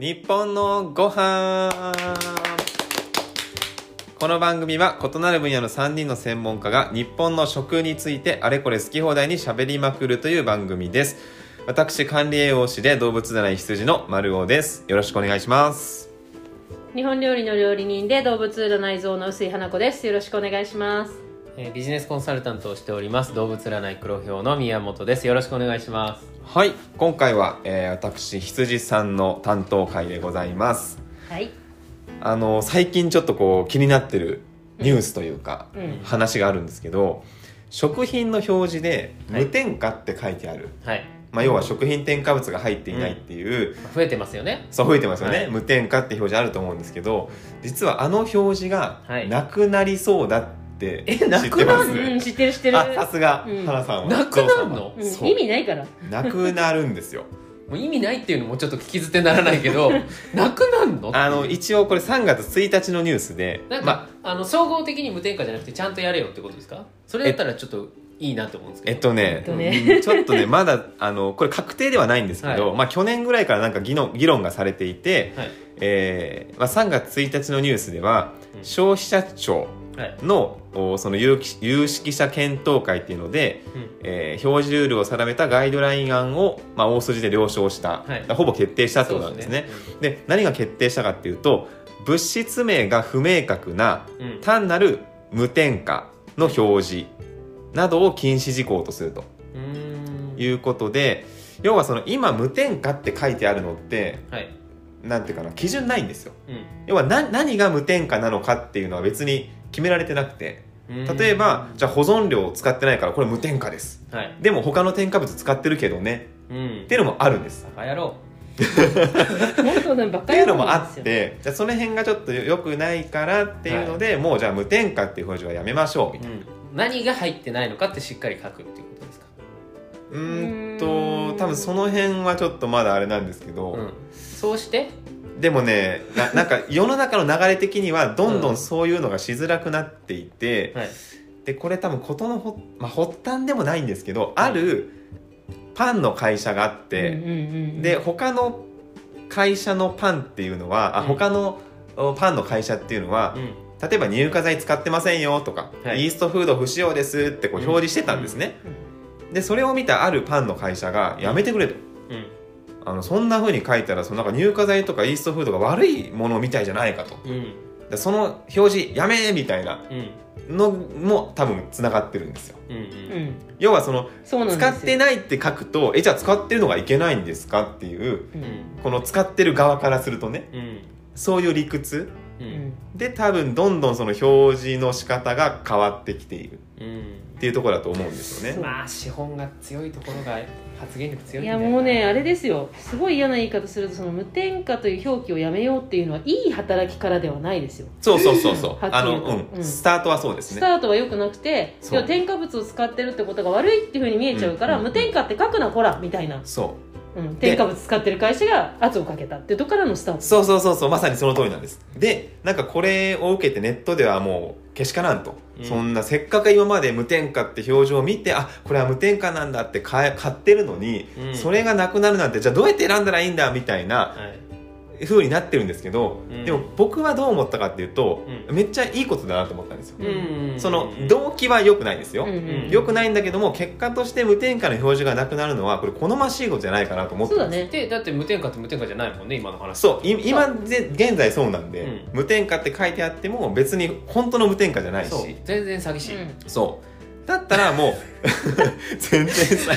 日本のご飯この番組は異なる分野の3人の専門家が日本の食についてあれこれ好き放題にしゃべりまくるという番組です私管理栄養士で動物なら羊の丸尾ですよろしくお願いします日本料理の料理人で動物占い像の薄井花子ですよろしくお願いしますえービジネスコンサルタントをしております動物占い黒ひょうの宮本ですよろしくお願いしますはい今回は、えー私羊さんの担当会でございますはいあの最近ちょっとこう気になってるニュースというか、うん話があるんですけど食品の表示で「はい無添加」って書いてある、はいまあ、要は食品添加物が入っていないっていう、増えてますよねそう増えてますよね、はい無添加って表示あると思うんですけど実はあの表示がはいなくなりそうだって知えってまなす、くなるうん知ってる知ってるあさすがうん原さんはなくなるのうそん、う意味ないからなくなるんです よもう意味ないっていうのもちょっと聞き捨てならないけど なくなるのあの一応これ3月1日のニュースでなんか、まああの総合的に無添加じゃなくてちゃんとやれよってことですかそれだったらちょっといいなと思うんですけえどっとねえっとねうんちょっとねまだあのこれ確定ではないんですけど、まあ、去年ぐらいからなんか議論議論がされていて、はいえーまあ、3月1日のニュースでは、うん消費者庁はいのおその有識有識者検討会っていうので、うんえー表示ルールを定めたガイドライン案を、まあ、大筋で了承した、はいほぼ決定したってことなんですね。そうですねで何が決定したかっていうと物質名が不明確なうんうん単なる無添加の表示などを禁止事項とすると。うーんいうことで要はその今無添加って書いてあるのってはいなんていうかな基準ないんですようん要はな何が無添加なのかっていうのは別に決められてなくてうん例えばじゃあ保存料を使ってないからこれ無添加ですはいでも他の添加物使ってるけどねうんっていうのもあるんですっバカ野郎本当なんばっていうのもあってじゃあその辺がちょっと良くないからっていうので、もうじゃあ無添加っていう表示はやめましょうみたいうん、何が入ってないのかってしっかり書くっていうことですか、なうーんと多分その辺はちょっとまだあれなんですけど、うん、そうしてでもねな なんか世の中の流れ的にはどんどんそういうのがしづらくなっていて、はいでこれ多分ことのほ、まあ、発端でもないんですけどあるパンの会社があって、で他の会社のパンっていうのはあうん他のおパンの会社っていうのはうん例えば乳化剤使ってませんよとか、はイいーストフード不使用ですってこううん表示してたんですね。でそれを見たあるパンの会社がやめてくれと。うんあのそんな風に書いたらそのなんか乳化剤とかイーストフードが悪いものみたいじゃないかとうんでその表示やめーみたいなうんのも多分つながってるんですようんううんん要はそのそうなんです使よってないって書くとえじゃあ使ってるのがいけないんですかっていうううんんこの使ってる側からするとねうんそういう理屈ううんんで多分どんどんその表示の仕方が変わってきているうんっていうところだと思うんですよね。まあ資本が強いところが発言力強いいんだよやなもうねあれですよすごい嫌な言い方するとその無添加という表記をやめようっていうのはいい働きからではないですよそうそうそうそうはっきりあの、ううんん、スタートはそうですスね。タートは良くなくてそう要は添加物を使ってるってことが悪いっていうふうに見えちゃうから、うん無添加って書くなこらみたいな、そううん、添加物使ってる会社が圧をかけたっていうとこからのスタートそうそうそうそうまさにその通りなんですでなんかこれを受けてネットではもうけしからんと、うんそんなせっかく今まで無添加って表情を見てあこれは無添加なんだって買え買ってるのに、うんそれがなくなるなんてじゃあどうやって選んだらいいんだみたいなはい風になってるんですけど、うんでも僕はどう思ったかっていうと、うめっちゃいいことだなと思ったんですよ、うんその動機は良くないですよ、うんうん良くないんだけども結果として無添加の表示がなくなるのはこれ好ましいことじゃないかなと思ってそうますだねでだって無添加って無添加じゃないもんね今の話そうい今ぜ現在そうなんで、うん無添加って書いてあっても別に本当の無添加じゃないしそうそう全然詐欺師、だったら もう全然さ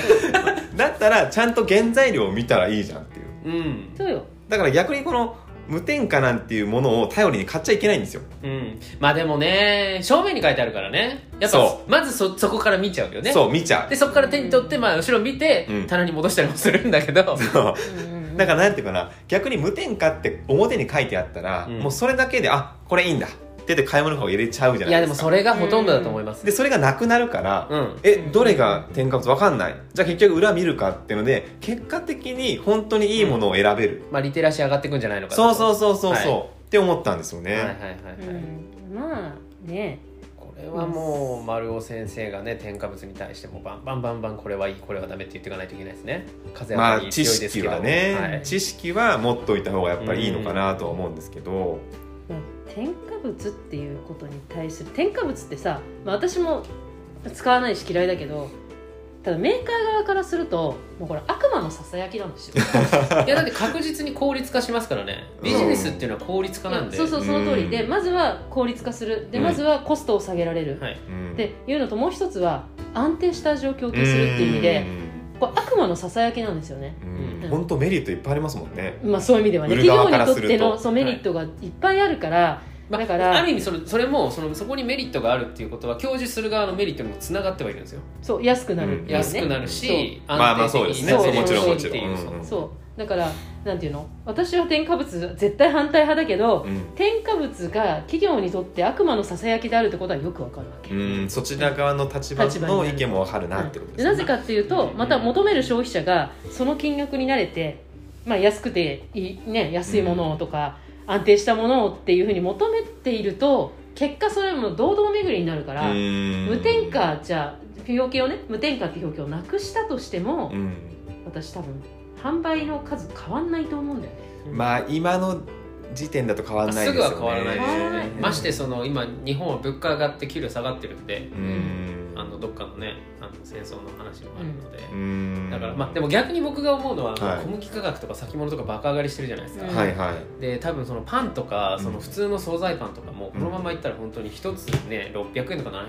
だったらちゃんと原材料を見たらいいじゃんっていううんうん、そうよだから逆にこの無添加なんていうものを頼りに買っちゃいけないんですよ、うん、まあでもね正面に書いてあるからねやっぱそまずそそこから見ちゃうよねそう見ちゃでそこから手に取って、まあ、後ろ見て、うん棚に戻したりもするんだけど、うそううんうんうんだからなんていうかな逆に無添加って表に書いてあったら、うんもうそれだけであこれいいんだって言って買い物の方入れちゃうじゃいないやでですもかそれがほとんどだと思いますでそれがなくなるから、うんえどれが添加物わかんないじゃあ結局裏見るかっていうので結果的に本当にいいものを選べる、まあリテラシー上がっていくんじゃないのかなそうとそうそうそうそう、はって思ったんですよね、はいはいはいはい、うんまあねこれはもう丸尾先生がね添加物に対してもバンバンバンバンこれはいいこれはダメって言っていかないといけないですね風まはあ強い知です識けどはね、はい知識は持っといた方がやっぱりいいのかなとは思うんですけど、まあ添加物っていうことに対する添加物ってさ、まあ、私も使わないし嫌いだけどただメーカー側からするともうこれ悪魔のささやきなんですよ いやだって確実に効率化しますからねビジネスっていうのは効率化なんで、そうそうその通りでうんまずは効率化するでうんまずはコストを下げられる、はいうんっていうのともう一つは安定した状況を供給するっていう意味でこれ悪魔のささやきなんですよねうんうん本当メリットいっぱいありますもんね、まあそういう意味ではね売る企業側かにらとすっるとてのそうメリットがいっぱいあるから、まあ、だからある意味それそれもそのそこにメリットがあるっていうことは享受する側のメリットにもつながってはいるんですよそう安くなるっていうね、安くなるし、んまあまあ安定的になそうれですねるしそうもっちていうろんもちろんそううんそうだからなんていうの私は添加物絶対反対派だけど、うん添加物が企業にとって悪魔のささやきであるってことはよくわかるわけ、うんそちら側の立場立場にのなる意見もわかるなってことでですねなぜかっていうとうんまた求める消費者がその金額に慣れて、まあ、安くていい、ね、安いものをとか、安定したものをっていうふうに求めていると結果それも堂々巡りになるから、うん無添加じゃ表記をね無添加って表記をなくしたとしても、うん私多分販売の数変わんないと思うんだよねまあ今の時点だと変わらないすですぐよねは変わらないでしょ変わうらなねいましてその今日本は物価上がって給料下がってるんでうんあのどっかのねあの戦争の話もあるので、うんだからまあでも逆に僕が思うのは、はい小麦価格とか先物とかバカ上がりしてるじゃないですか、うんはいはいで多分そのパンとかうんその普通の惣菜パンとかもこのままいったら本当に一つね600円とか700円とか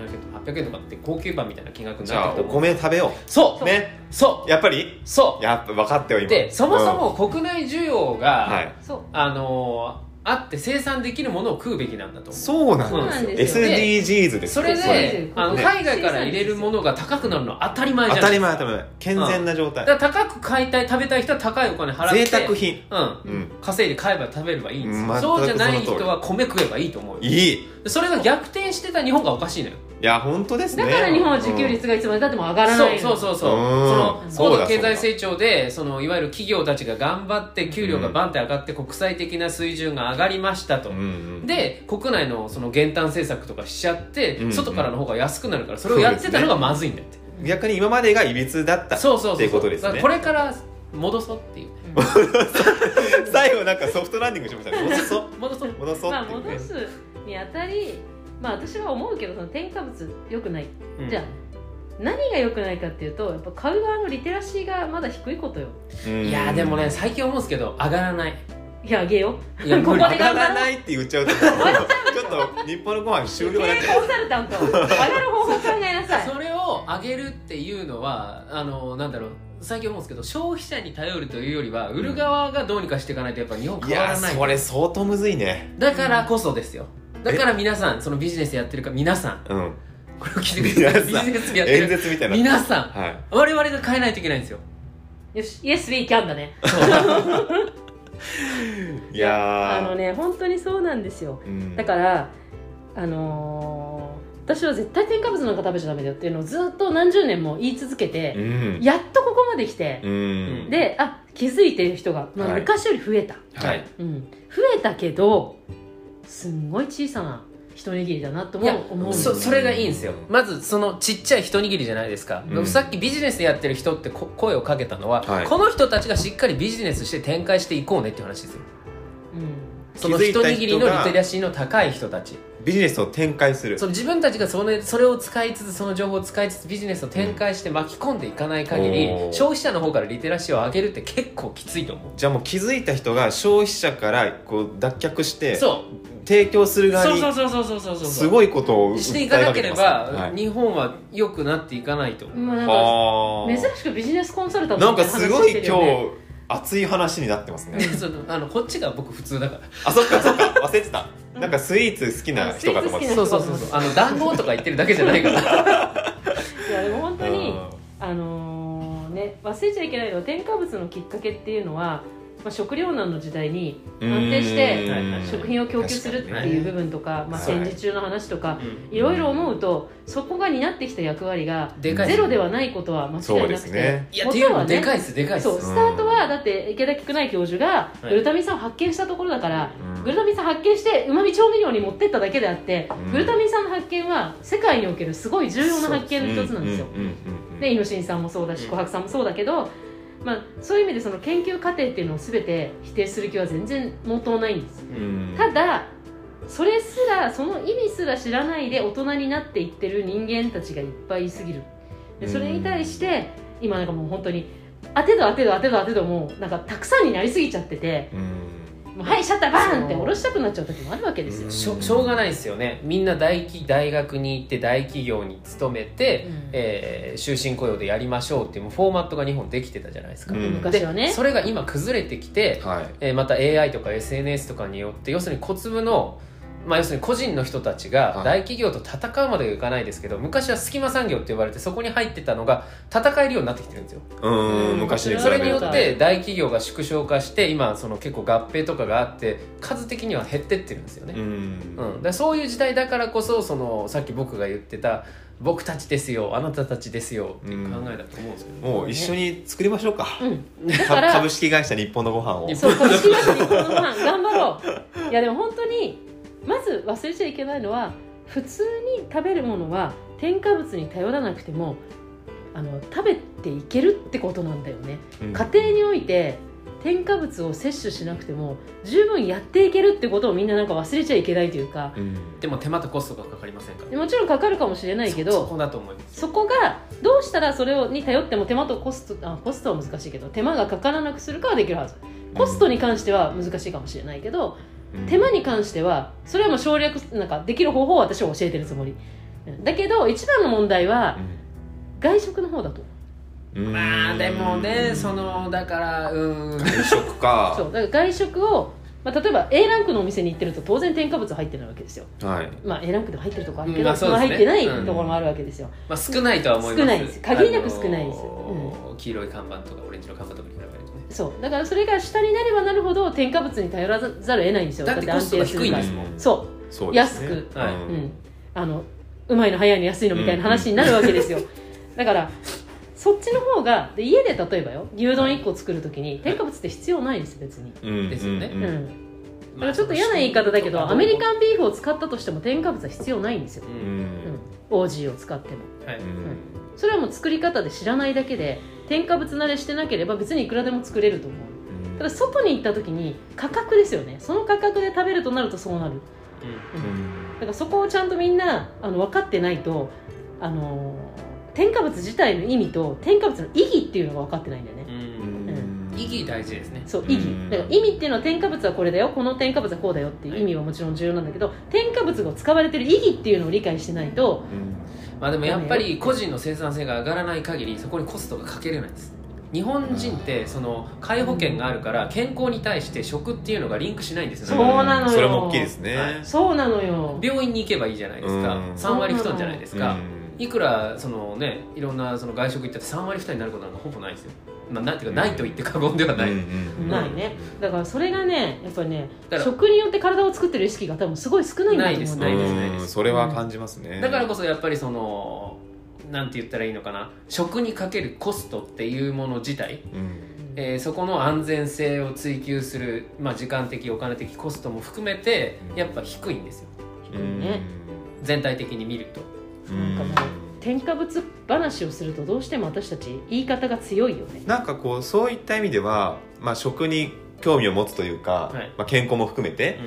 800円とかって高級パンみたいな金額にじなゃあってるおと思う米食べよそううねそやっぱりうそやっぱ分かったよう今でそもそうんも国内需要が、はいそうあのーあって生産できるものを食うべきなんだと思うそうなそうなんんでですすよよ SDGs ですそれそうですでよあのね海外から入れるものが高くなるのは当たり前じ当ゃなたいでりすか前当たり前健全な状態だから高く買いたい食べたい人は高いお金払って贅沢品うんうん稼いで買えば食べればいいんですよ、全くそうじゃないその通人りは米食えばいいと思うよいいいでそれが逆転してた日本がおかしいのよや本当ですねだから日本は自給率がいつまでたっても上がらないのそうそうそうそううんそのそうだ高度経済成長でそのいわゆる企業たちが頑張って給料がバンって上がって国際的な水準が上がりましたと、うんうんで国内のその減反政策とかしちゃって、うんうん外からの方が安くなるからそれをやってたのがまずいんだって逆に今までがいびつだったそうそうそうっていうことですねだからこれから戻そうっていう最後なんかソフトランディングしましたね戻そう戻そう戻そうまあっていうね戻すにあたりまあ私は思うけどその添加物良くないうんじゃあ何が良くないかっていうとやっぱ買う側のリテラシーがまだ低いことようんいやーでもね最近思うんですけど上がらないいやあげよいやここ無で理上がらないって言っちゃうとちょっと日本のご飯う終経了だっ営てコンサ ルタント上がる方法考えなさいそれを上げるっていうのはあのなんだろう最近思うんですけど消費者に頼るというよりは売る側がどうにかしていかないとやっぱ日本い変わやらないそれ相当むずいねだからこそですよだから皆さんそのビジネスやってるか皆さんうんこれを聞いてくださいビ皆さんジネスやって演る説みたいな皆さんはい我々が変えないといけないんですよよし Yes we can だねいやーあのね本当にそうなんですようんだからあのー私は絶対添加物なんか食べちゃダメだよっていうのをずっと何十年も言い続けうて、んやっとここまで来てう、んであ気づいてる人が、まあはい昔より増えた、はいうん、増えたけどすんごい小さな一握りだなといやも思うそそれがいいんですよまずそのちっちゃい一握りじゃないですか、うんさっきビジネスやってる人ってこ声をかけたのは、はいこの人たちがしっかりビジネスして展開していこうねっていう話ですようんその気づい一た人が握りのリテラシーの高い人たちビジネスを展開するその自分たちがそのそれを使いつつその情報を使いつつビジネスを展開して巻き込んでいかない限り、おー消費者の方からリテラシーを上げるって結構きついと思うじゃあもう気づいた人が消費者からこう脱却してそう提供する側そうにそうそうそうそうそうそうすごいことをしていかなければ、訴えかけて日本は良くなっていかないと思う、まあ、なんかますねはい珍しくビジネスコンサルタあーントなんみたかいすな話ごしいて今るよね日熱い話になってますね そのあのこっちが僕普通だからあそっかそっか忘れてたなんかスイーツ好きな人かと思ってスイーツた好きなそうそうそうそう あの談合とか言ってるだけじゃないからいやでも本当にうんあのーね忘れちゃいけないのは添加物のきっかけっていうのは、まあ、食糧難の時代に安定してうーん食品を供給するっていう部分とか、まはあ、い戦時中の話とか、うんいろいろ思うとそこが担ってきた役割が でかいっゼすロではないことは間そ違ういでなくすてねいやっていうのもでかいいっすでかいっすそうスタートはだって池田菊内教授がはいグルタミン酸を発見したところだから、うんうんグルタミン酸発見してうまみ調味料に持ってっただけであって、うんグルタミン酸の発見は世界におけるすごい重要な発見の一つなんですよ。うううんうんでイノシン酸もそうだしうん琥珀酸もそうだけど、まあ、そういう意味でその研究過程っていうのを全て否定する気は全然毛頭ないんです。うんただそれすらその意味すら知らないで大人になっていってる人間たちがいっぱいいすぎるでそれに対して今なんかもう本当に当てど当てど当てど当てどもうなんかたくさんになりすぎちゃっててうんもうはいシャッターバーンって下ろしたくなっちゃう時もあるわけですよ、しょしょうがないですよねみんな大企大学に行って大企業に勤めて、うんえー終身雇用でやりましょうっていうもうフォーマットが日本できてたじゃないですか、うん昔はねでそれが今崩れてきて、はいえーまた AI とか SNS とかによって要するに小粒の、まあ、要するに個人の人たちがは大企業と戦うまではいかないですけど、昔は隙間産業って呼ばれてそこに入ってたのが戦えるようになってきてるんですようん昔に比そべれによるっとて大企業が縮小化して今その結構合併とかがあって数的には減ってってるんですよね、うんうん、だからそういう時代だからこそそのさっき僕が言ってた「僕たちですよあなたたちですよ」っていう考えだと思うんですけど、もう一緒に作りましょうかうんかから株式会社日本のご飯をそう株式会社にこのご飯頑張ろういやでも本当にまず忘れちゃいけないのは普通に食べるものは添加物に頼らなくてもあの食べていけるってことなんだよねうん家庭において添加物を摂取しなくても十分やっていけるってことをみんななんか忘れちゃいけないというかうんでも手間とコストがかかりませんからもちろんかかるかもしれないけどそそこだと思いますそこがどうしたらそれをに頼っても手間とコストあコストは難しいけど手間がかからなくするかはできるはずコストに関しては難しいかもしれないけど、うん手間に関してはそれはもう省略なんかできる方法を私は教えてるつもりうんだけど一番の問題は外食の方だとうんまあでもねそのだからうん外食かそうだから外食を、まあ、例えば A ランクのお店に行ってると当然添加物入ってないわけですよ、はいまあ、A ランクでも入ってるとこあるけど、うんまあそうですね入ってないところもあるわけですよ、 まあ少ないとは思います少ないです限りなく少ないですあのー黄色い看板とかオレンジの看板とかに比べるとねそうだからそれが下になればなるほど添加物に頼らざるを得ないんですよだってコストが低いんですもだって安定するかんらそうそうですね安くはいうんあのうまいの早いの安いのみたいな話になるわけですよ、 だからそっちの方がで家で例えばよ牛丼1個作るときに添加物って必要ないんです別に、うんですよねううんんうんだからちょっと嫌な言い方だけどアメリカンビーフを使ったとしても添加物は必要ないんですよう、うんうんん、オージーを使ってもはいそれはもう作り方で知らないだけで添加物慣れしてなければ別にいくらでも作れると思ううんただ外に行った時に価格ですよねその価格で食べるとなるとそうなるだからそこをちゃんとみんなあの分かってないと、あのー添加物自体の意味と添加物の意義っていうのが分かってないんだよねう、うんん意義大事ですねそう意義うんだから意味っていうのは添加物はこれだよこの添加物はこうだよっていう意味はもちろん重要なんだけど添加物が使われてる意義っていうのを理解してないとうんまあでもやっぱり個人の生産性が上がらない限りそこにコストがかけれないんです日本人ってその介保険があるから健康に対して食っていうのがリンクしないんですよそうなのよそれも大きいですね、はいそうなのよ病院に行けばいいじゃないですかうん3割負担じゃないですか、うんいくらそのねいろんなその外食行ったって3割負担になることなんかほぼないですよ、まあ、なんていうかないと言って過言ではない、うんないねだからそれがねやっぱりねだから食によって体を作ってる意識が多分すごい少ないんだと思うんだよねなんいうですないですうんそれは感じますねだからこそやっぱりそのなんて言ったらいいのかな食にかけるコストっていうもの自体、うんえーそこの安全性を追求する、まあ、時間的お金的コストも含めてうんやっぱ低いんですよ低いね全体的に見るとうんなんかも添加物話をするとどうしても私たち言い方が強いよねなんかこうそういった意味では、まあ、食に興味を持つというか、はいまあ、健康も含めて、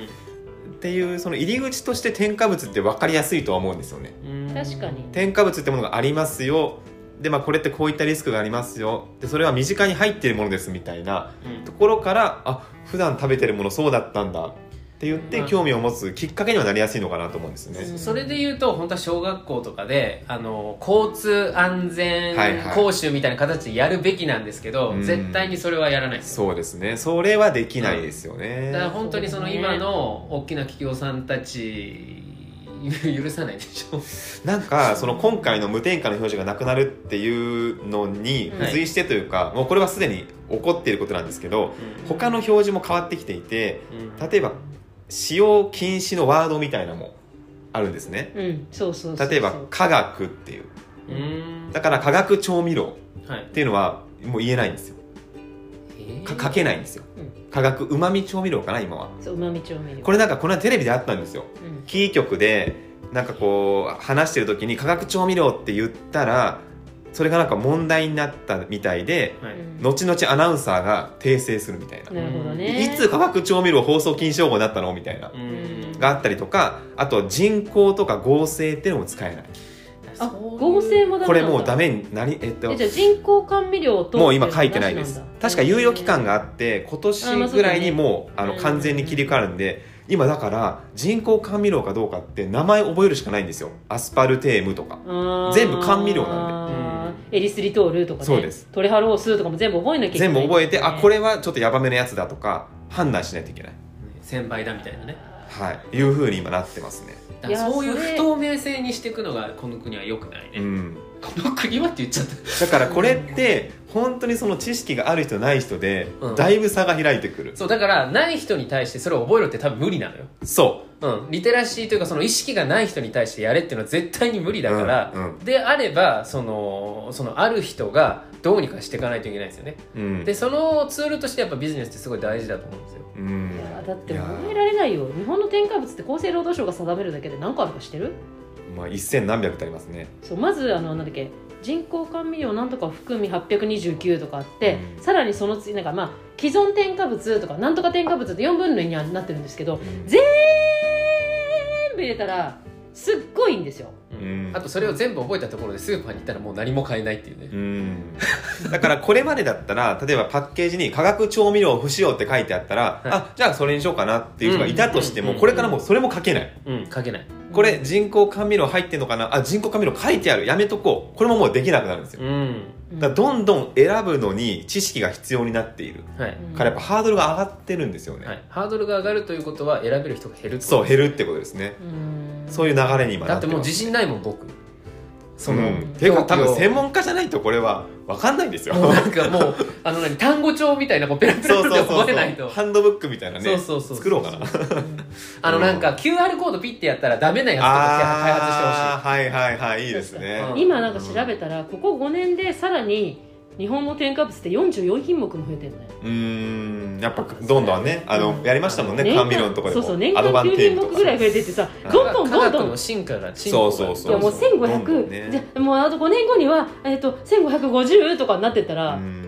っていうその入り口として添加物って分かりやすいとは思うんですよねうん確かに添加物ってものがありますよで、まあ、これってこういったリスクがありますよでそれは身近に入っているものですみたいなうんところからあ普段食べてるものそうだったんだって言ってうん興味を持つきっかけにはなりやすいのかなと思うんですよね、それで言うと本当は小学校とかであの交通安全はいはい講習みたいな形でやるべきなんですけど、うん絶対にそれはやらないですよそうですねそれはできないですよね、だから本当にそのそうね今の大きな企業さんた ち許さないでしょなんかその今回の無添加の表示がなくなるっていうのに付随してというか、もうこれはすでに起こっていることなんですけど他の表示も変わってきていてうん例えば使用禁止のワードみたいなのもあるんですねうんそうそうそう例えば化学っていううんだから化学調味料はいっていうのはもう言えないんですよかかけないんですよ、う化学うまみ調味料かな今はそうまみ調味料これなんかこの間テレビであったんですようんキー局でなんかこう話してる時に化学調味料って言ったらそれがなんか問題になったみたいではい後々アナウンサーが訂正するみたいな、なるほどねいつ化学調味料放送禁止用語になったのみたいな、うんがあったりとかあと人工とか合成っていうのも使えないあそういう合成もダメなんだこれもうダメになりえっとえじゃあ人工甘味料ともう今書いてないですなしんだ確か猶予期間があって今年ぐらいにもうああまあそのうだね完全に切り替わるんで今だから人工甘味料かどうかって名前覚えるしかないんですよアスパルテームとかあー全部甘味料なんでエリスリトールとかねそうですトレハロースとかも全部覚えなきゃいけない全部覚えてあこれれはちょっとヤバめのやつだとか判断しないといけない、先輩だみたいなねはい、いうふうに今なってますねだからいやそういうそれ不透明性にしていくのがこの国は良くないね、うんこの国はって言っちゃっただからこれって本当にその知識がある人ない人でうんだいぶ差が開いてくる、そうだからない人に対してそれを覚えろって多分無理なのよそうん、リテラシーというかその意識がない人に対してやれっていうのは絶対に無理だから、うんうんであればそのそのある人がどうにかしていかないといけないですよねう、うんでそのツールとしてやっぱビジネスってすごい大事だと思うんですようんいやだっていや覚えられないよ日本の添加物って厚生労働省が定めるだけで何個あるか知ってるまあ、1000何百ってありますねそうまずあのなんだっけ人工甘味料なんとか含み829とかあって、うんさらにその次なんかまあ既存添加物とかなんとか添加物って4分類にはなってるんですけどうん全部入れたらすっごいいいんですようんあとそれを全部覚えたところでスーパーに行ったらもう何も買えないっていうね、うんだからこれまでだったら例えばパッケージに化学調味料不使用って書いてあったら、はいあじゃあそれにしようかなっていう人がいたとしても、うんこれからもうそれも書けないうん、書けないこれ人工甘味料入ってんのかなあ人工甘味料書いてあるやめとこうこれももうできなくなるんですようんうんだからどんどん選ぶのに知識が必要になっているはい、うんからやっぱハードルが上がってるんですよね、はい、ハードルが上がるということは選べる人が減るってことそう減るってことですねうんそういう流れに今だなっっててもうま自す信ないもん僕その、うん、ていうか多分専門家じゃないとこれは分かんないんですよもうなんかもうあの何単語帳みたいなこうペラペラそうペそうラってそう覚そえうないとハンドブックみたいなねそうそうそう作ろうかなうんあのなんか QR コードピッてやったらダメなやつとか開発してほしあーはいはいはいいいですねうん 今なんか調べたらここ5年でさらに日本の添加物って44品目も増えてるのようーんやっぱどんどんねあの、うんやりましたもんね年甘間味料のところでもそうそう年間アドバンテ9ー品ジと目かぐらい増えてってさうんどんどいん科どん学どんの進化が進そ歩うそがうそういやもうどんどん1500ねじゃあもうあと5年後には、えっと1550とかになってったうら、ん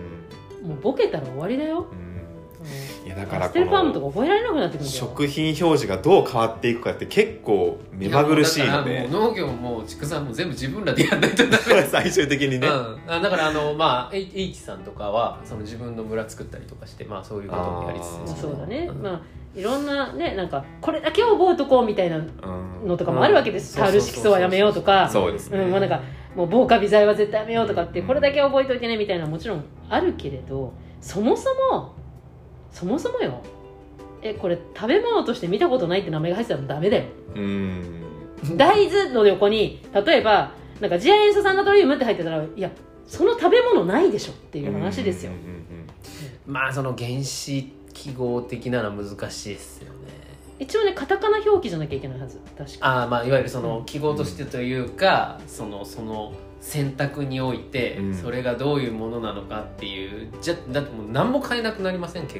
もうボケたら終わりだよ、うんうんいやだかパらステルファームとこか覚えられなくなってくのるんだよ食品表示がどう変わっていくかって結構目まぐるしいのやでもうだからもう農業も畜産も全部自分らでやんないとダ 最終的にね、メ、うん、あだからあのまあエイエイチさんとかはその自分の村作ったりとかしてまあそういうこともやりつあつーまあ、そうだね、んまあいろんなねなんかこれだけは覚えとこうみたいなうんのとかもあるわけです、うんタール色素はやめようとかそうですね、うんまあ、なんかもう防火微剤は絶対やめようとかってこれだけ覚えておいてねみたいなのもちろんあるけれどそもそもそもそもよえこれ食べ物として見たことないって名前が入ってたらダメだようん大豆の横に例えばなんか次亜塩素酸ナトリウムって入ってたらいやその食べ物ないでしょっていう話ですようん、うんまあその原子記号的なのは難しいですよね一応ねカタカナ表記じゃなきゃいけないはず確かあーまあいわゆるその記号としてというか、そのその選択においてうんそれがどういうものなのかっていうじゃだってもう何も変えなくなりません結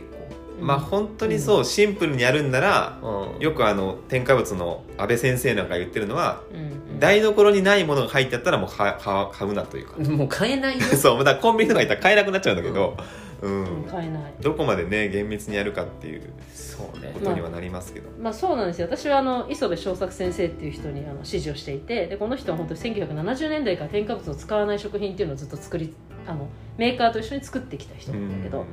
うんまあ本当にそうシンプルにやるんなら構、うん、よくあの添加物の安倍先生なんか言ってるのはうんうん台所にないものが入ってあったらもう買買買うなというかもう変え ないよそうだからコンビニとか行ったら買えなくなっちゃうんだけど、うんうん買えないどこまでね厳密にやるかっていうそうねことにはなりますけど、まあそうなんですよ私はあの磯部正作先生っていう人にあの支持をしていてでこの人は本当に1970年代から添加物を使わない食品っていうのをずっと作りあのメーカーと一緒に作ってきた人なんだけど、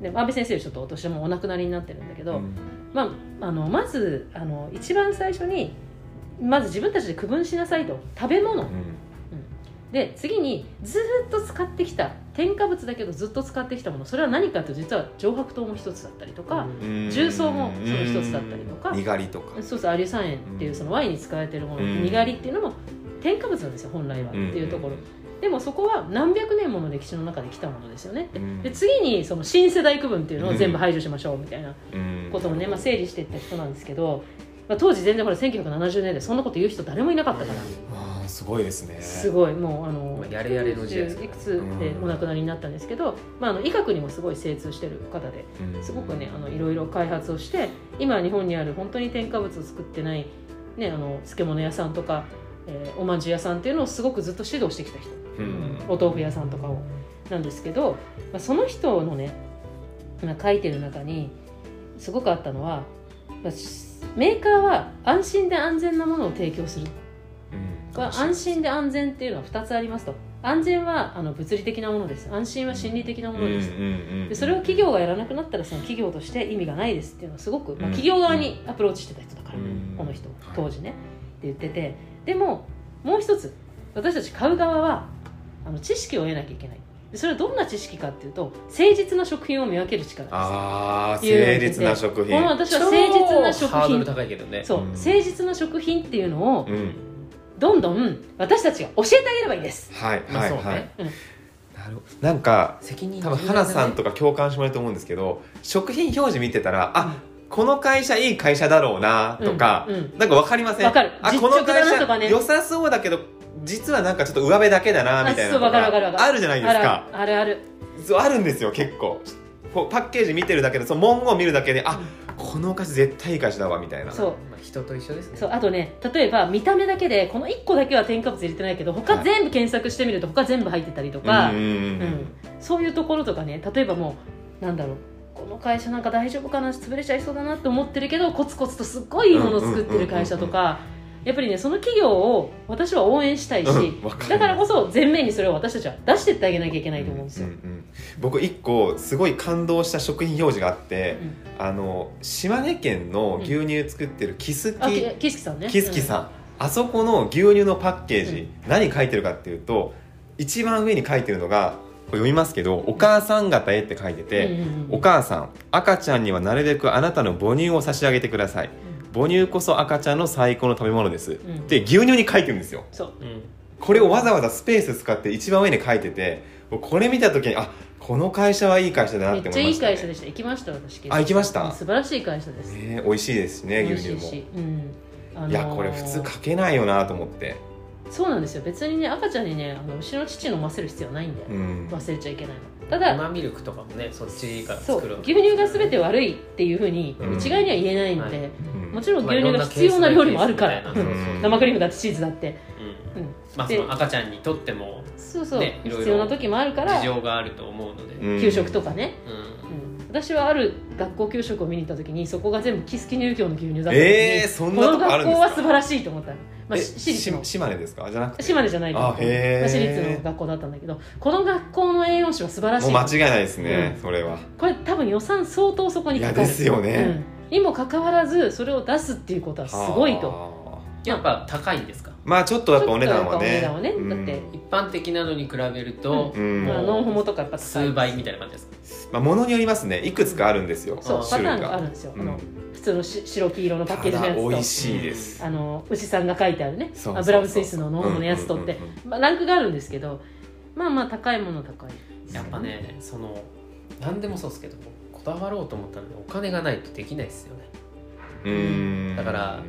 で安倍先生よりちょっとお年もお亡くなりになってるんだけうど、んまあ、あのまずあの一番最初にまず自分たちで区分しなさいと食べ物、で次にずっと使ってきた添加物だけどずっと使ってきたものそれは何かというと実は上白糖も一つだったりとか、ううんん重曹もその一つだったりとかにがりとかそうそうアリュサ塩っていううんそのワインに使われてるもの、うんにがりっていうのも添加物なんですよ本来は、っていうところんでもそこは何百年もの歴史の中で来たものですよねってうんで次にその新世代区分っていうのを全部排除しましょうみたいなうんこともね、まあ、整理していった人なんですけど、まあ、当時全然ほら1970年代そんなこと言う人誰もいなかったからあーもすごいですねすごいもうあのまあやれやれの時代です90ねいくつでお亡くなりになったんですけど、まあ、あの医学にもすごい精通してる方でうんすごくねあのいろいろ開発をして今日本にある本当に添加物を作ってない、ね、あの漬物屋さんとか、えーおまんじゅう屋さんっていうのをすごくずっと指導してきた人、うんお豆腐屋さんとかをなんですけど、まあ、その人のね、まあ、書いてる中にすごくあったのは、まあしメーカーは安心で安全なものを提供するうんは安心で安全っていうのは2つありますと安全はあの物理的なものです安心は心理的なものです、うんうんうんでそれを企業がやらなくなったらその企業として意味がないですっていうのはすごく、まあ、うん企業側にアプローチしてた人だから、うんこの人はい当時ね、って言っててでももう一つ私たち買う側はあの知識を得なきゃいけないでそれはどんな知識かっていうと誠実な食品を見分ける力でああ誠実な食すこの品私は誠実な超ハードル食高いけどね品そううん誠実な食品っていうのをうんどんどん私たちが教えてあげればいいですはいまあはいそうねはいうんなるほどなんか責任多分花さんととか共感してもらえると思うんですけど食品表示見てたらあこの会社いい会社だろうなとか、うんうんなんか分かりませんわかるあ実こ直の会だな社とかね良さそうだけど実はなんかちょっと上辺だけだなみたいなあそうのわかるわかるわかるあるじゃないですかあるあるそうあるんですよ結構こうパッケージ見てるだけでその文言を見るだけでああるこのお菓子絶対いい会社だわみたいなそうまあ、人と一緒ですねそうあとね例えば見た目だけでこの1個だけは添加物入れてないけど他はい全部検索してみると他全部入ってたりとうんうか、んううんんそういうところとかね例えばもうなんだろうこの会社なんか大丈夫かな潰れちゃいそうだなって思ってるけどコツコツとすっごいいいものを作ってる会社とかやっぱりねその企業を私は応援したいし、うんわかるだからこそ全面にそれを私たちは出してってあげなきゃいけないと思うんですよ。うんうん僕一個すごい感動した食品表示があって、うんあの島根県の牛乳作ってるキスキ、あききすきさんねキスキさん、あそこの牛乳のパッケージ、何書いてるかっていうと一番上に書いてるのがこれ読みますけど「お母さん方へ」って書いてうんて、うんうんお母さん赤ちゃんにはなるべくあなたの母乳を差し上げてください母乳こそ赤ちゃんの最高の食べ物です」んで牛乳に書いてるんですよそううんこれをわざわざスペース使って一番上に書いててこれ見た時にあこの会社はいい会社だめなっってちゃ思いいました、ね、い会社でした行きました私あ行きました素晴らしい会社です、ね美味しいですしね美牛乳味しいもし、うんあのーいやこれ普通書けないよなと思ってそうなんですよ別にね赤ちゃんにねあの後ろの父飲ませる必要はないんで、うん忘れちゃいけないのただ粉ミルクとかもねそっちからそ作るう牛乳が全てを悪いっていうふうにうん一概には言えないので、はいうんもちろん牛乳が必要な料理もあるから、いろんなケースみたいなうんうん生クリームだってチーズだって、ううんん、まあそでの赤ちゃんにとってもそうそう、ねいろいろ必要な時もあるから事情があると思うので、うんうん給食とかね、うん私はある学校給食を見に行った時にそこが全部キスキ乳業の牛乳だったのに、えー、そんこなのとこあ学るんで校すはか素晴らしいと思ったの、まあ、えし私立のし島根ですかじゃなくて島根じゃないけどあへー私立の学校だったんだけどこの学校の栄養士は素晴らしもうい間違いないですね、うんそれはこれ多分予算相当そこにいかやかるですよね、うん、にもかかわらずそれを出すっていうことはすごいととやっぱ高いんですかまあちょっとやっぱお値段はねちょっとやっぱお値段はねだってうん一般的なのに比べると、うんまあ、ノンホモとかやっぱ高い数倍みたいな感じですかまあ、ものによりますねいくつかあるんですよそうパタ種ーン類があがるんですよ、うんあの普通のし白黄色のパッケーたジのだや美味つしいですとあの牛さんが書いてあるねそうそうそう油ブスイスのノンホモのやつとって、うんうんうんまあ、ランクがあるんですけどまあまあ高いものは高いやっぱねその何でもそうですけどこだわろうと思ったらねお金がないとできないですよねうんだから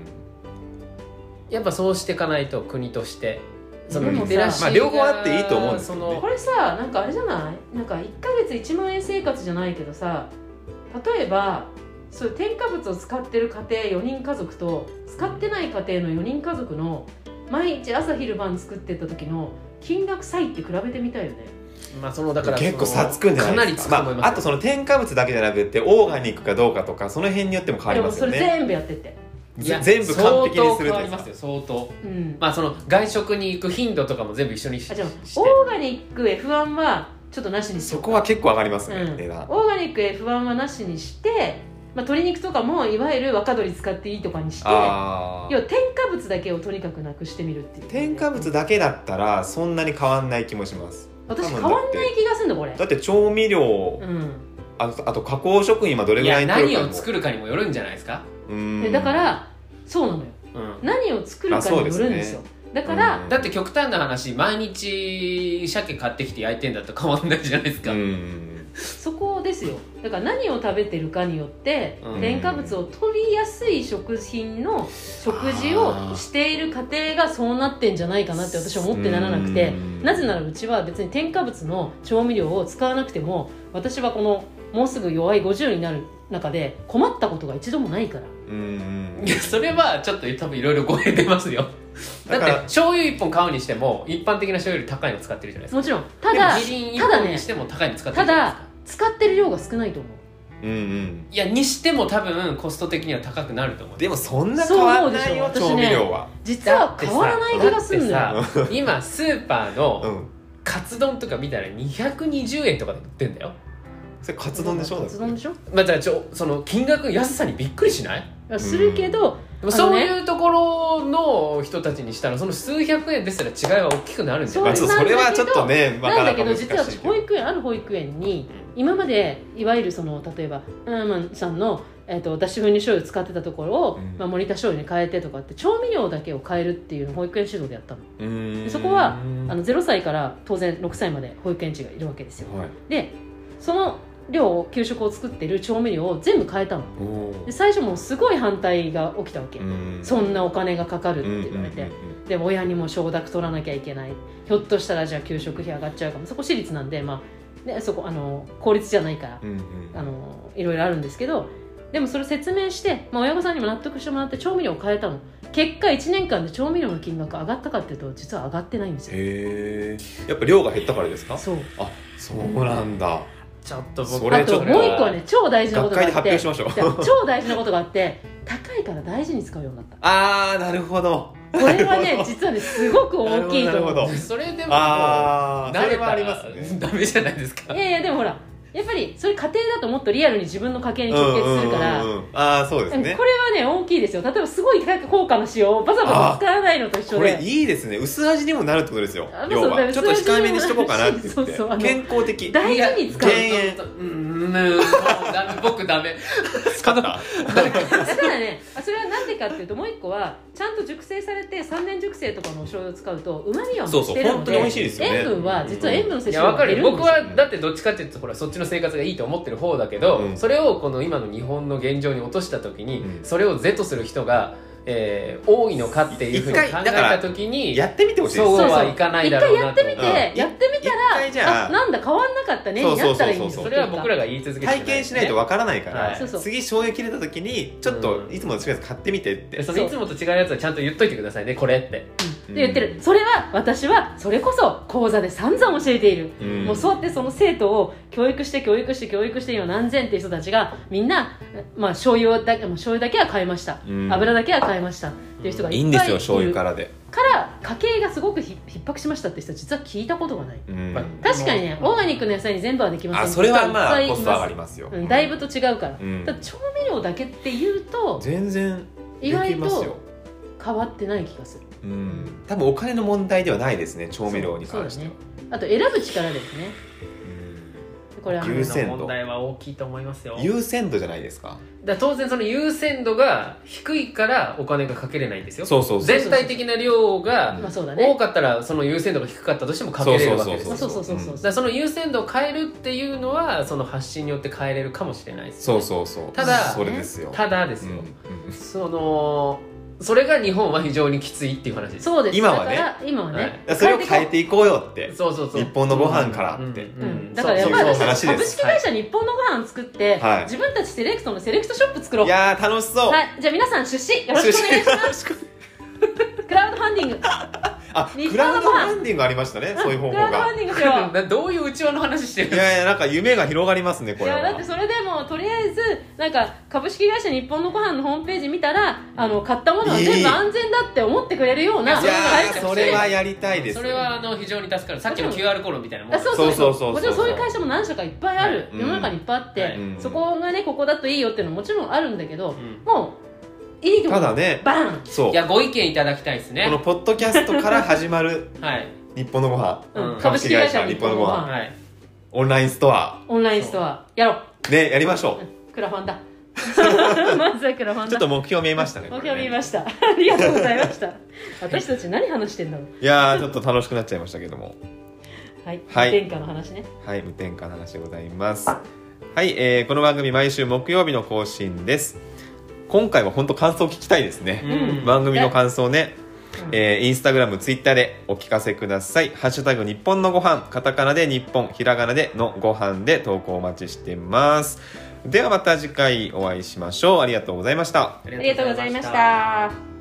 やっぱそうしていかないと国としてそでのもリさテラシーがまあ両方あっていいと思うんですけそどねのこれさなんかあれじゃないなんか1ヶ月1万円生活じゃないけどさ例えばそういう添加物を使ってる家庭4人家族と使ってない家庭の4人家族の毎日朝昼晩作ってった時の金額差異って比べてみたいよねまあそのだから結構そ差のつくんじゃかなないりでつすくかと思います、あ、あとその添加物だけじゃなくてオーガニックかどうかとかその辺によっても変わりでまもすそよれね全部やってっていぜや全部完璧にするじゃ相当変わなりいでますすかよ相当うん、まあその外食に行く頻度とかも全部一緒にしあじゃあしてオーガニック F1 はちょっとなしにしそようこは結構上がりますね、うん値段オーガニック F1 はなしにして、まあ、鶏肉とかもいわゆる若鶏使っていいとかにしてあ要はあ添加物だけをとにかくなくしてみるっていう添加物だけだったらそんなに変わんない気もします私多分変だってわんない気がするんだこれだって調味料うんあとあと加工食品はどれいぐらやいに取何るかを作るかにもよるんじゃないですか、でだからそうなのようん、何を作るかによるんですよあだから、だって極端な話毎日鮭買ってきて焼いてんだと変わんないじゃないですか、うんそこですよだから何を食べてるかによってうん添加物を取りやすい食品の食事をしている過程がそうなってんじゃないかなって私は思ってならなくてうんなぜならうちは別に添加物の調味料を使わなくても私はこのもうすぐ弱い50になる中で困ったことが一度もないからうんいやそれはちょっと多分いろいろ語弊出ますよだだっかてら醤油一本買うにしても一般的な醤油より高いの使ってるじゃないですかもちろんただでもみりん一ただ本ねにしても高いの使ってたるじゃないですかだ使ってる量が少ないと思ううんうんいやにしても多分コスト的には高くなると思うでもそんな変わんないよそう調思うでしょ味料は、実は変わらない気がすんだよだってさ今スーパーうのんカツ丼とか見たら220円とかで売ってんだよそれカツ丼でしょカツ丼でしょいまあじゃあちょその金額安さにびっくりしないやするけど、でもあのそうねいうところの人たちにしたらその数百円ですら違いは大きくなるんじゃまなあいちそょうっとそれはちょっとねななかんなだかけど難しいけ実どは私保育園ある保育園に今までいわゆるその例えばウーマンさんの、えー、と脱脂粉乳醤油使ってたところを、うんまあ、森田醤油に変えてとかって調味料だけを変えるっていうのを保育園指導でやったの,、うんそこはうんあの0歳から当然6歳まで保育園児がいるわけですよはいでその量を給食を作ってる調味料を全部変えたのおーで最初もうすごい反対が起きたわけ、うんそんなお金がかかるって言われて、うんうんうんうんでも親にも承諾取らなきゃいけないひょっとしたらじゃあ給食費上がっちゃうかもそこ私立なんで、まあね、そこあの公立じゃないから、うんうんあのいろいろあるんですけどでもそれを説明して、まあ、親御さんにも納得してもらって調味料を変えたの結果1年間で調味料の金額上がったかっていうと実は上がってないんですよへえやっぱ量が減ったからですかそうあそうなんだちょっとそ僕れあとちょっもう一個はね超大事なこ学とがあ会っでて発表しましょうじゃあ超大事なことがあって高いから大事に使うようになったあーなるほどこれはね実はねすごく大きいなるとほ思どうそれでもあー慣それれはたありまらすねダメじゃないですかいやいやでもほらやっぱりそういう家庭だともっとリアルに自分の家計に直結するから、うんうんうんうんああそうですうんねこれはね大きいですよ例えばすごい高高価な塩をバサバサ使わないのと一緒こでれいいですね薄味にもなるってことですよあ要そうだはよちょっと控えめにしとこうかなって言っ そうてそうあの健康的大事に使ういや減塩ちょっとうんうんもうダメ僕ダメ使ったただねあそれはなんでかっていうともう一個はちゃんと熟成されて3年熟成とかのお醤油を使うとうまみはそ増うそうしてる本の当でに美味しいですよね塩分は実は塩分のい摂や取量わがか減るるんですよ僕はだってどっちかっていうとほらそっちの生活がいいと思ってる方だけど、うんそれをこの今の日本の現状に落とした時に、うんそれを是とする人が、えー多いのかっていうふうに考一回えだからた時にやってみてほしいですそうそうはいかない一だろ回うなやってみて、とうんやってみた一回じゃらああなんだ変わんなかったねそうにそなうっそたうらそういいんですよそれは僕らが言い続けて体験しないとわからないから、はいそうそう次醤油切れた時にちょっといつもと違うやつ買ってみてって、そのいつもと違うやつはちゃんと言っといてくださいねこれってうんで言ってる、それは私はそれこそ講座で散々教えている、んもうそうやってその生徒を教育して教育して教育して今何千っていう人たちがみんな、まあ、醤油だけまあ醤油だけは買いました、うん油だけは買いましたっていう人がいっぱいいいんですよ醤油かららで、から家計がすごくひ逼迫しましたって人は実は聞いたことがないうんまあ確かにねうんオーガニックの野菜に全部はできませんあそれはまあいっぱコいいスすト上がりますよ、うん、だいぶと違うから,、うんだから調味料だけっていうと全然で意外きますよと、変わってない気がするうん、多分お金の問題ではないですね調味料に関してはそうだねあと選ぶ力ですねこれはあの牛優先度問題は大きいと思いますようん優先度じゃないですかだから当然その優先度が低いからお金がかけれないんですよそうそうそう全体的な量がまあそうだね多かったらその優先度が低かったとしてもかけれるわけですまよあそうそうそうそううんだからその優先度を変えるっていうのはその発信によって変えれるかもしれないですそうそうそうただそれですよただですよ、うんうんそのそれが日本は非常にきついっていう話ですそうです今はねだから今はね、だからそれを変えていこうよってそうそうそう日本のご飯からってうんだからやっぱそうりそう話私です株式会社日本のご飯作って、はい自分たちセレクトのセレクトショップ作ろういやー楽しそう、はいじゃあ皆さん出資よろしくお願いしま出資よろしくす クラウドファンディングあ日ク本のご飯ラウドファンディングありましたねそういう方法クラウドファがンディングしよなどういう内輪の話してるいやいやなんか夢が広がりますねうこいれやだはってそれでもとりあえずなんか株式会社日本のご飯のホームページ見たらあの買ったものはいい全部安全だって思ってくれるようないいや会ー社それはやりたいですそれはあの非常に助かるさっきのもち QR コードみたいなもんあですそうそうそうそうそうそうそうもちろんそういう会社も何社かいっぱいある、はい世の中にいっぱいあって、はいうんそこがねここだといいよっていうのももちろんあるんだけど、んもういいとこただねバーンそういやご意見いただきたいですねこのポッドキャストから始まる はい日本のご飯うんうん株式会社株式会社日日本本ののごご飯飯はいオンラインストアオンラインストアやろねやりましょううんクラファ ンだまずはクラファンうだちょっと目標見えましたね目標見これねましたありがとうございました私たち何話してんだろういやーちょっと楽しくなっちゃいましたけどもはい、はい天下の話ねはい、無添加の話でございます。はい、えーこの番組毎週木曜日の更新です。今回は本当感想聞きたいですね。うん番組の感想ね、うんえーインスタグラム、ツイッターでお聞かせください。ハッシュタグ日本のご飯、カタカナで日本、ひらがなでのご飯で投稿お待ちしてます。ではまた次回お会いしましょう。ありがとうございました。あありがとうございました。